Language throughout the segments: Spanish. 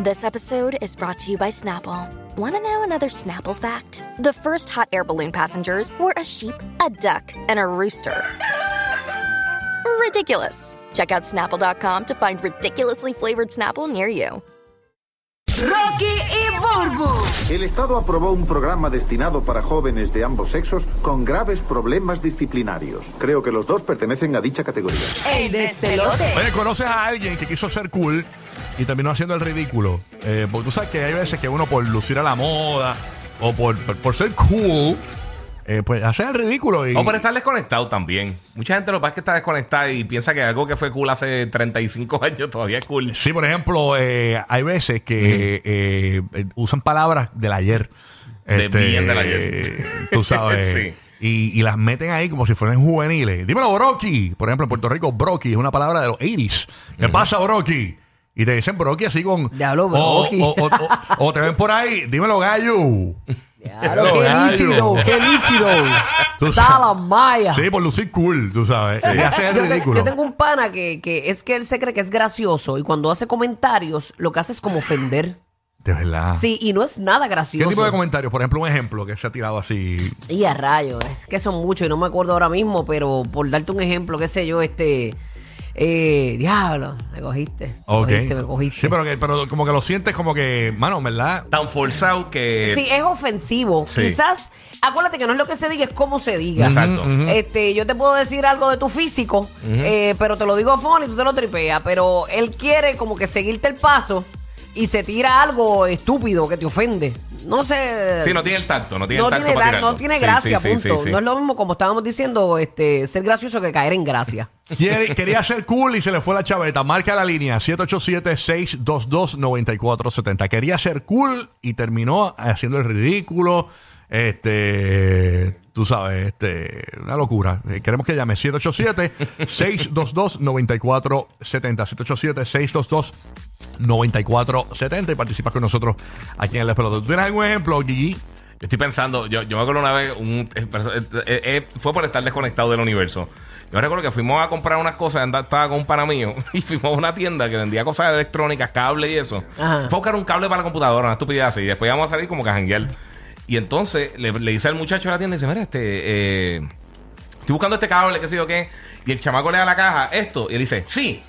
This episode is brought to you by Snapple. Want to know another Snapple fact? The first hot air balloon passengers were a sheep, a duck, and a rooster. Ridiculous. Check out snapple.com to find ridiculously flavored Snapple near you. Rocky y Burbu. El Estado aprobó un programa destinado para jóvenes de ambos sexos con graves problemas disciplinarios. Creo que los dos pertenecen a dicha categoría. El despelote. Oye, conoces a alguien que quiso ser cool y terminó haciendo el ridículo. Eh, porque tú sabes que hay veces que uno por lucir a la moda o por, por, por ser cool, eh, pues hace el ridículo. Y, O por estar Oh, desconectado también. Mucha gente lo que pasa es que está desconectada y piensa que algo que fue cool hace 35 años todavía es cool. Sí, por ejemplo, eh, hay veces que eh, eh, usan palabras del ayer. Este, De bien del ayer. Tú sabes. Sí. Y, y las meten ahí como si fueran juveniles. Dímelo, Brocky. Por ejemplo, en Puerto Rico, Brocky es una palabra de los 80s. ¿Qué pasa, Brocky? Y te dicen Brocky así con. Diablo, o- Brocky. O, o- o- o te ven por ahí, dímelo, gallo. Claro, Los qué gallos. nítido, qué Tú nítido. sabes. Salamaya. Sí, por lucir cool, tú sabes. Y hace el Yo, te- ridículo. yo tengo un pana que, que es que él se cree que es gracioso y cuando hace comentarios lo que hace es como ofender. De verdad. Sí, y no es nada ¿Qué gracioso. tipo de comentarios? Por ejemplo, un ejemplo que se ha tirado así. Y a rayos, es que son muchos y no me acuerdo ahora mismo, pero por darte un ejemplo, qué sé yo, este... Eh, diablo, me cogiste. Me Ok. cogiste, me cogiste. Sí, pero, que- pero como que lo sientes como que, mano, en ¿verdad? Tan forzado que. Sí, es ofensivo. Eh, Sí. Quizás, acuérdate que no es lo que se diga, es cómo se diga. Exacto. Este, yo te puedo decir algo de tu físico, eh, pero te lo digo a fondo y tú te lo tripeas. Pero él quiere como que seguirte el paso y se tira algo estúpido que te ofende. No sé. Sí, no tiene el tacto, no tiene no el tacto tiene, para gra- tirarlo. no tiene Sí, gracia, sí, sí, punto. sí, sí. No es lo mismo como estábamos diciendo, este, ser gracioso que caer en gracia. Quiere- quería ser cool y se le fue la chaveta. Marca la línea 787-622-9470. Quería ser cool y terminó haciendo el ridículo. Este, tú sabes, este, una locura. Eh, Queremos que llame 787-622-9470. 787-622-9470 y participas con nosotros aquí en el Despelote. ¿Tú tienes algún ejemplo, Gigi? Yo estoy pensando, yo, yo me acuerdo una vez, un- eh, eh, eh, fue por estar desconectado del universo. Yo recuerdo que fuimos a comprar unas cosas, andaba, estaba con un pana mío y fuimos a una tienda que vendía cosas electrónicas, cables y eso. Ajá. Fue a buscar un cable para la computadora, una estupidez así, y después íbamos a salir como que a janguear. Y entonces le, le dice al muchacho de la tienda, dice, mira, este, eh, estoy buscando este cable, qué sé yo qué. Y el chamaco le da a la caja esto. Y él dice, sí.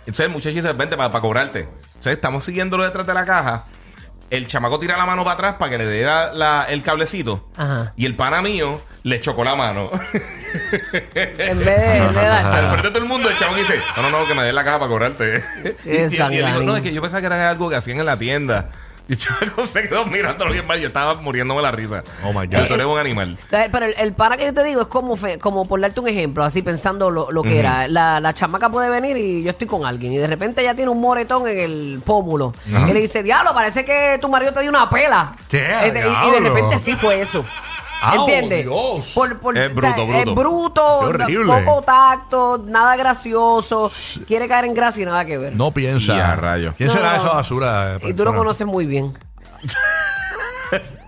Entonces el muchacho dice, vente para, para cobrarte. Entonces estamos siguiéndolo detrás de la caja. El chamaco tira la mano para atrás para que le dé la- la- el cablecito. Ajá. Y el pana mío le chocó la mano. En vez de, en vez de Al dárselo. frente de todo el mundo, el chamaco dice, no, no, no, que me dé la caja para cobrarte. y, y- y él dijo, no, es que yo pensaba que era algo que hacían en la tienda. Y el chamaco se quedó mirándolo bien mal. Yo estaba muriéndome la risa. Oh, my God. Yo, Tú eres un animal. Eh, Pero el, el pana que yo te digo es como, fe- como por darte un ejemplo, así pensando lo, lo que era. La, la chamaca puede venir y yo estoy con alguien y de repente ella tiene un moretón en el pómulo. Y le dice, diablo, parece que tu marido te dio una pela. ¿Qué? Este, y- y, de Diablo. repente sí fue eso. ¡Au, ¿Entiendes? ¡Oh, Dios! Por- por- Es bruto, bruto. Es bruto, Qué horrible. poco tacto, nada gracioso, quiere caer en gracia y nada que ver. No piensa. Ya, rayo. ¿Quién será No, no. esa basura? y tú de lo persona? conoces muy bien.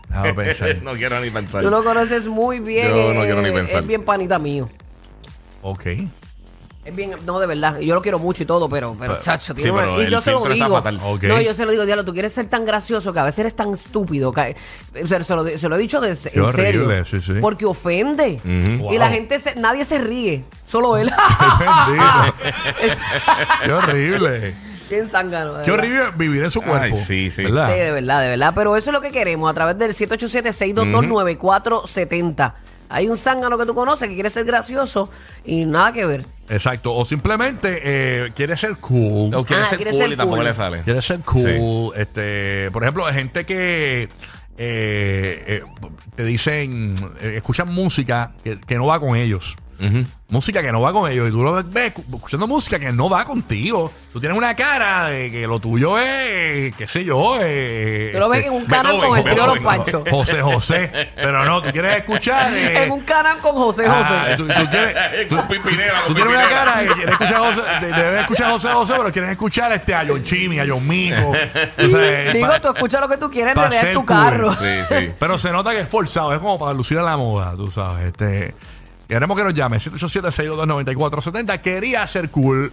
Déjame pensar. no quiero ni pensar. Tú lo conoces muy bien. Yo no eh, quiero ni pensar. Es bien panita mío. Ok. Es bien, no, de verdad, yo lo quiero mucho y todo, pero, pero, chacho, tiene sí, pero una- y el yo se lo filtro está digo. fatal. Ok. No, yo se lo digo, diablo, tú quieres ser tan gracioso que a veces eres tan estúpido. que- eh, se, se lo, se lo he dicho de, en serio. horrible, sí, sí. Porque ofende. Wow. Y la gente, se- nadie se ríe, solo él. Bendito. es Qué horrible. bien zángano, de Qué verdad. horrible vivir en su cuerpo. Ay, sí, sí. ¿Verdad? Sí, de verdad, de verdad. Pero eso es lo que queremos a través del 787-622-9470. Hay un zángano que tú conoces que quiere ser gracioso y nada que ver. Exacto. O simplemente eh, quiere ser cool. O quiere Ah, ser quiere cool ser y tampoco cool. le sale. Quiere ser cool. Este, por ejemplo, hay gente que eh, eh, te dicen, eh, escuchan música que, que no va con ellos. Música que no va con ellos. Y tú lo ves cu- escuchando música que no va contigo. Tú tienes una cara de que lo tuyo es, qué sé yo, eh, Tú lo ves este, en un canal con el Beethoven, trío de los Beethoven, Panchos. José José. Pero no, tú quieres escuchar. eh, En un canal con José José. Ah, tú, tú quieres, tú, Con Pimpinela, tú con tienes una Pimpinela. cara de que quieres escuchar a José, de, de- de escuchar a José José, pero quieres escuchar este, a John Chimmy, a John Mico. O sea, Digo, eh, pa- tú escucha lo que tú quieres, pa' en realidad es ser tu cool. carro. Sí, sí. Pero se nota que es forzado, es como para lucir a la moda, tú sabes. Este, queremos que nos llame 787-622-9470. Quería ser cool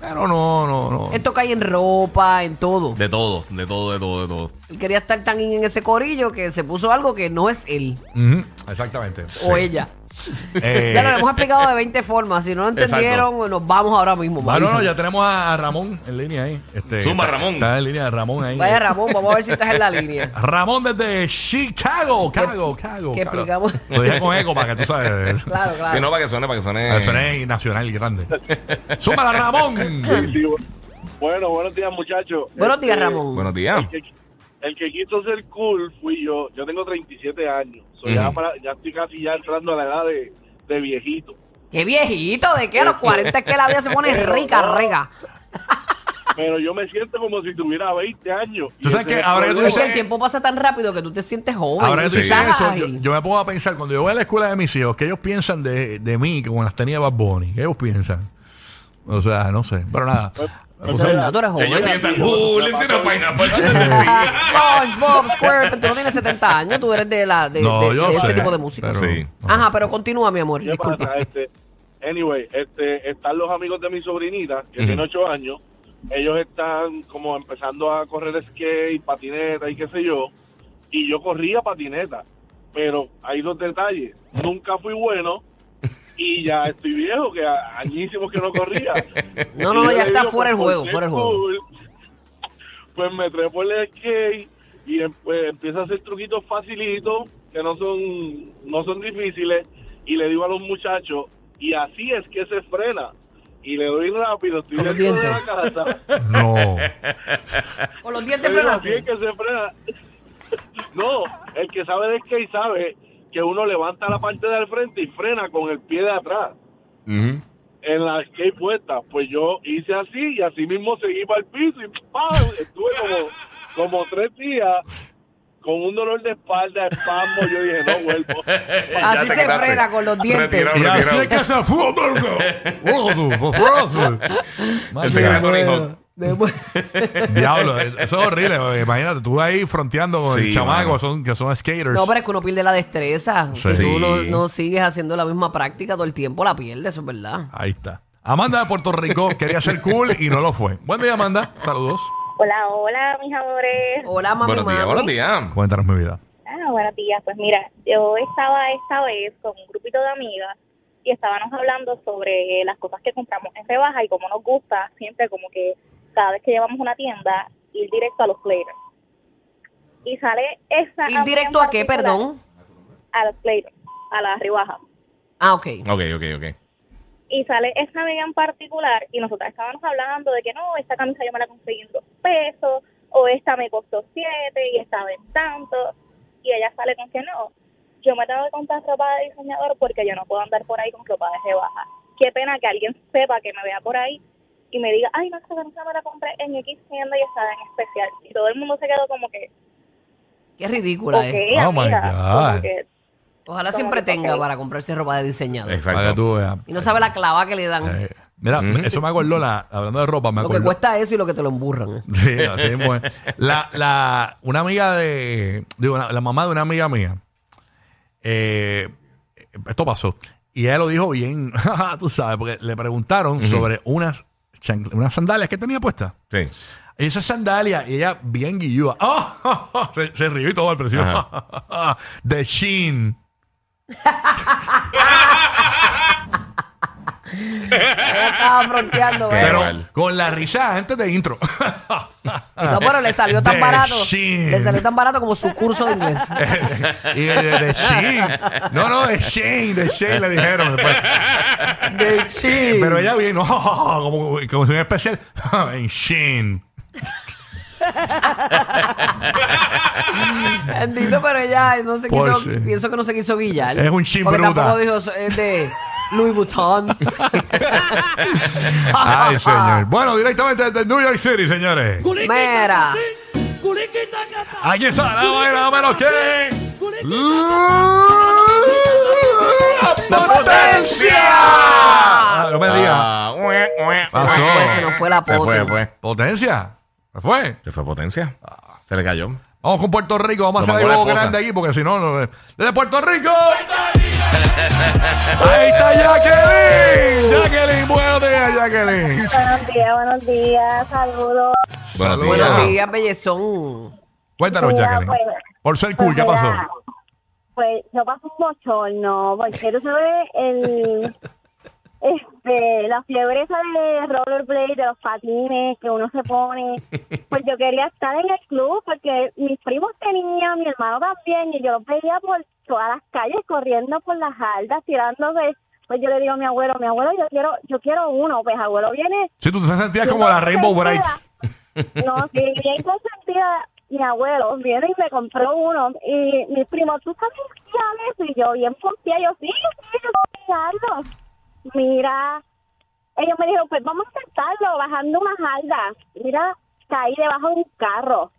Pero no, no, no. Esto cae en ropa, en todo. De todo, de todo, de todo, de todo. Él quería estar tan in en ese corillo que se puso algo que no es él Ujú, Exactamente. o ella. Eh, Ya lo hemos explicado de 20 formas. Si no lo Exacto. entendieron, nos vamos ahora mismo. bueno, no, Marisa. ya tenemos a Ramón en línea ahí. Este, Zumba, está- Ramón. Está en línea Ramón ahí. Vaya Ramón, vamos a ver si estás en la línea. Ramón desde Chicago, Cago, Cago. que Cago. explicamos. Lo dije con eco para que tú sabes. Claro, Que no, claro. para que suene, para que suene. Ah, Eso Eh. Suene nacional grande. Súmala, Ramón. Sí, bu- bueno, buenos días, muchachos. Buenos días, Este, Ramón. Buenos días. El que, el que quiso ser cool fui yo. Yo tengo 37 años. So ya, Ujú. para- ya estoy casi ya entrando a la edad de, de viejito. Qué viejito, de que a los 40 es que la vida se pone Pero rica, no. rega. Pero yo me siento como si tuviera 20 años. Tú Y sabes ese que es el ahora que tú problema. Es que dices- el tiempo pasa tan rápido que tú te sientes joven. Ahora que tú Sí. dices eso, Ay. yo, yo me pongo a pensar, cuando yo voy a la escuela de mis hijos, ¿qué ellos piensan de, de mí como las tenía Bad Bunny? ¿Qué ellos piensan? O sea, no sé. Pero nada. pues, Puse- No, tú eres Ellos joven. piensan, uh, le hicieron pineapple. SpongeBob, SquarePants, tú no tienes 70 años, tú eres de, la, de, No, de- yo de ese sé, tipo de música. pero- Sí. Ajá, pero continúa, mi amor. ¿Qué Disculpa. pasa? Este, anyway, este, están los amigos de mi sobrinita, que Ujú. tiene 8 años. Ellos están como empezando a correr skate, patineta y qué sé yo. Y yo corría patineta. Pero hay dos detalles. Nunca fui bueno y ya estoy viejo, que a- añísimos que no corría. No, no, Y no, yo ya le está digo, fuera el pues, juego, por fuera el ser juego. cool, Pues me trepo el skate y em- pues, empiezo a hacer truquitos facilitos que no son, no son difíciles y le digo a los muchachos y así es que se frena y le doy rápido, estoy Con los dentro de la dientes. casa, No. Con los dientes le digo, así es frenados. que se frena. No, el que sabe de skate sabe que uno levanta la parte del frente y frena con el pie de atrás. Ujú. en la skate puesta. Pues yo hice así y así mismo seguí para el piso y ¡pam! estuve como, como tres días con un dolor de espalda, espasmo. Yo dije, no vuelvo. Así Eh, Ya te se quedaste. frena con los dientes. Retirado, Y así retirado. es que se fue. Burgo. Burgo, burgo. El secreto de Tony Hawk. De bu- Diablo, eso es horrible. oye, Imagínate, tú ahí fronteando con Sí, el chamaco mano. son, que son skaters. No, pero es que uno pierde la destreza. Sí. Si tú no, Sí. no sigues haciendo la misma práctica todo el tiempo, la pierdes, eso es verdad. Ahí está. Amanda de Puerto Rico quería ser cool y no lo fue. Buen día, Amanda. Saludos. Hola, hola, mis amores. Hola, mami, Buenos días, mami. buenos días. Cuéntanos mi vida. Ah, buenos días. Pues mira, yo estaba esta vez con un grupito de amigas y estábamos hablando sobre las cosas que compramos en rebaja y cómo nos gusta siempre como que cada vez que llevamos una tienda ir directo a los players. Y sale esa... ¿Ir directo a qué, perdón? A los players, a las rebajas. Ah, ok. Ok, ok, ok. y sale esta amiga en particular y nosotras estábamos hablando de que no, esta camisa yo me la conseguí en dos pesos o esta me costó siete y esta en tanto y ella sale con que no, yo me tengo que comprar ropa de diseñador porque yo no puedo andar por ahí con ropa de rebaja. Qué pena que alguien sepa que me vea por ahí y me diga, ay, no, esta camisa me la compré en X tienda y estaba en especial. Y todo el mundo se quedó como que, Qué ridícula ok, es. Oh, my amiga, como God. que, Ojalá Como siempre que, tenga ok. para comprarse ropa de diseñador. Para que Exacto. tú veas. Y no sabe la clava que le dan. Eh, mira, Ujú. eso me acordó, la, hablando de ropa, me lo que acordó. cuesta eso y lo que te lo emburran. eh. Sí, así mismo es. La, la, una amiga de. Digo, la, la mamá de una amiga mía. eh, esto pasó. Y ella lo dijo bien, tú sabes, porque le preguntaron sobre unas, chancl- unas sandalias que tenía puestas. Sí. Y esas sandalias, y ella bien guillúa. ¡Ah! se, se rió y todo al principio. De Shein. Ella estaba fronteando, Qué ¿eh? Pero mal. con la risa antes de intro. No, pero le salió tan De barato. Shein. Le salió tan barato como su curso de inglés. y de, de, de Shein. No, no, de Shein, de Shein le dijeron después. De Shein. Pero ella bien, no, como, como si un especial en Shein. Bendito, pero ella no se quiso. Porsche. Pienso que no se quiso guillar. Es un Shein Porque bruta. tampoco dijo es de Louis Vuitton. Ay, señor. Bueno, directamente desde New York City, señores. Mira. Aquí está la vaina menos que... ¡La potencia! Ah, no me digas. Ah, ue, ue, Pasó. ue. Se nos fue, se nos fue la Se fue, pote. fue. ¿Potencia? ¿Se fue? Se fue potencia. Se le cayó. Vamos con Puerto Rico, vamos Lo a hacer mandó la algo esposa. grande aquí porque si no, no- desde Puerto Rico. Ahí está Jacqueline. Jacqueline, buenos días, Jacqueline. Buenos días, buenos días, saludos. Buenos días. Buenos días, bellezón. Cuéntanos, Mira, Jacqueline. pues, Por ser cool, ¿qué pues, pasó? mira, Pues yo pasé un bochorno, porque tú sabes el, este, la fiebre esa de rollerblade, de los patines que uno se pone. Pues yo quería estar en el club porque mis primos tenían, mi hermano también, y yo los veía por todas las calles corriendo por las aldas, tirándose. Pues yo le digo a mi abuelo, mi abuelo, yo quiero, yo quiero uno. Pues abuelo viene Si tú te sentías como la Rainbow Bright. no, sí, bien consentida. Mi abuelo viene y me compró uno. Y mi primo, ¿tú sabes qué es eso? Y yo, bien confía, yo, sí, sí, yo voy a mirarlo. Mira, ellos me dijeron, pues vamos a intentarlo, bajando unas algas. Mira, caí debajo de un carro.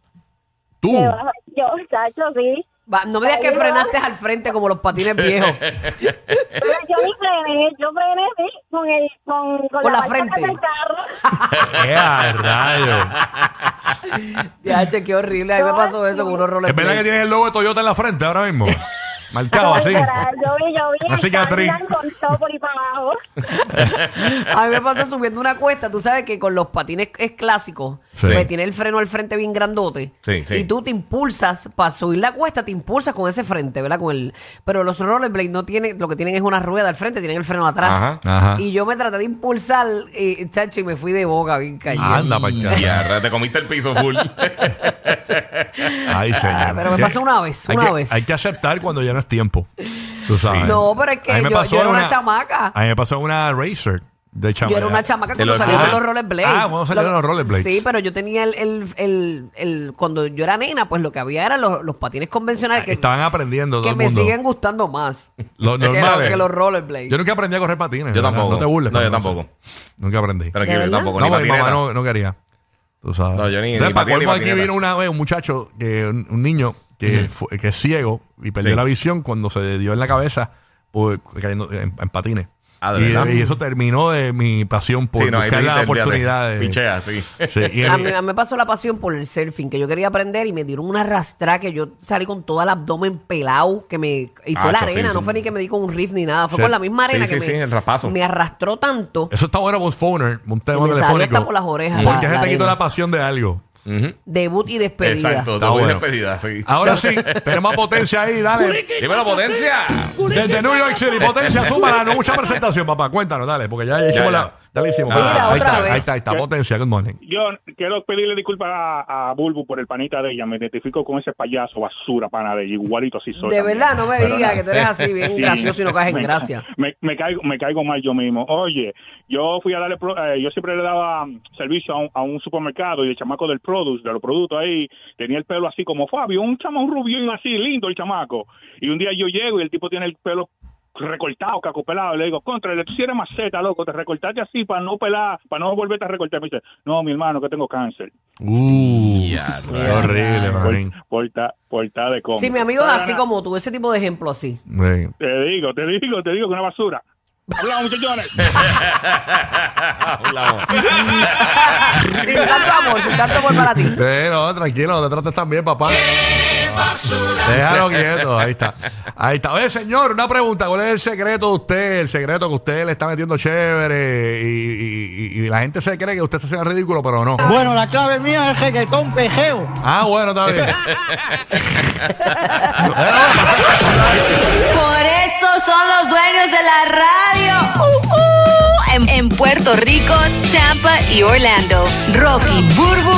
Tú. Debajo- yo, chacho, sí. Va, no me digas que frenaste al frente como los patines viejos. Pero yo ni frené, yo frené, sí, con, el, con, con, Con la parte frente. del carro. ¡Qué a rayo! Ya, che, qué horrible. A mí me pasó eso con unos roles. ¿Es verdad que tienes el logo de Toyota en la frente ahora mismo? Marcado así. Literal, Yo vi, yo vi. Una el cicatriz. Cadillac Con todo por ahí para abajo. A mí me pasó subiendo una cuesta, tú sabes que con los patines es clásico, Sí. pues tiene el freno al frente bien grandote. Sí, sí. Y tú te impulsas para subir la cuesta, te impulsas con ese frente, ¿verdad? Con el pero los rollerblades no tienen, lo que tienen es una rueda al frente, tienen el freno atrás. Ajá, ajá. Y yo me traté de impulsar, eh, chacho, y me fui de boca bien cayendo. Ah, Anda para acá. Ya, te comiste el piso full. Ay, señor. Ah, pero me Que- pasó una vez, hay una que- vez. Hay que aceptar cuando ya no es tiempo. Tú sabes. No, pero es que A mí me yo- yo pasó era en una chamaca. A mí me pasó en una racer de chamaca. Yo era una chamaca De cuando los salieron rollerblades. los rollerblades. Ah, cuando salieron Lo- los rollerblades. Sí, pero yo tenía el, el, el, el- Cuando yo era nena, pues lo que había eran los, los patines convencionales que, Ah, Estaban aprendiendo todo que el me mundo. siguen gustando más. Los que, normales. los- que los rollerblades. Yo nunca aprendí a correr patines. Yo ¿verdad? tampoco. No te burles. No, yo Carlos. tampoco. Nunca aprendí. Tranquilo, ¿De yo verdad? tampoco. no, ni porque mi patineta. mamá no, no quería. Tú sabes. No, yo ni- ni Entonces, para patineta, ni colmo, aquí patineta. vino una vez un muchacho, que, un, un niño que, fue- que es ciego y perdió Sí. la visión cuando se dio en la cabeza por, cayendo en, en patines. Ah, ¿de y, verdad? y eso terminó de mi pasión por Sí, no, ahí buscar te- las te- olvídate. oportunidades. Pichea, sí. Sí, y a, el- mí, a mí me pasó la pasión por el surfing, que yo quería aprender y me dieron una rastra que yo salí con todo el abdomen pelado, que me... Y fue Ah, la eso sí, arena, sí. no fue ni que me di con un riff ni nada, fue Sí. con la misma arena Sí, que sí, me, sí, el raspazo. me arrastró tanto eso está bueno, vos Foner, un tema me salió telefónico. hasta por las orejas la- Porque se la te quitó arena. la pasión de algo. Ujú. debut y despedida. Exacto, te Está voy bueno. Ah. despedida, sí. Ahora sí, tenemos a potencia ahí, dale. Dímelo, potencia. Desde New York City, potencia, súmala. No mucha presentación, papá. Cuéntanos, dale, porque ya, ya hicimos ya. la. Ya la hicimos. Ah, Mira, otra ahí, está, vez. ahí está, ahí está, potencia, good morning. Yo quiero pedirle disculpas a, a Bulbu por el panita de ella. Me identifico con ese payaso basura, pana de ella. Igualito así soy. De también. verdad, no me Pero digas nada. que tú eres así bien Sí. gracioso y no caes en Me- gracia. Me, me caigo, me caigo mal yo mismo. Oye, yo fui a darle, pro- eh, yo siempre le daba mm, servicio a un, a un supermercado y el chamaco del produce, de los productos ahí, tenía el pelo así como Fabio, un chama, un rubio así lindo el chamaco. Y un día yo llego y el tipo tiene el pelo recortado, cacopelado, y le digo, contra, tú si eres maceta, loco, te recortaste así para no pelar, para no volverte a recortar. Me dice, no, mi hermano, que tengo cáncer. Uh, Ya, qué horrible, marín. Porta, porta de cómico. Sí, mi amigo es Pero así nada, como tú, ese tipo de ejemplo así. Sí. Te digo, te digo, te digo que una basura. Hablamos, muchachones. Hablamos. Sin tanto amor, sin tanto amor para ti. Sí, no, tranquilo, te tratas también, papá. Déjalo quieto, ahí está. Ahí está. Oye, señor, una pregunta. ¿Cuál es el secreto de usted? El secreto que usted le está metiendo chévere y, y- y- y la gente se cree que usted está haciendo ridículo, pero no. Bueno, la clave mía es reggaetón pejeo. Ah, bueno, está bien. Por eso son los dueños de la radio. Uh, uh. En, en Puerto Rico, Tampa y Orlando. Rocky, Burbu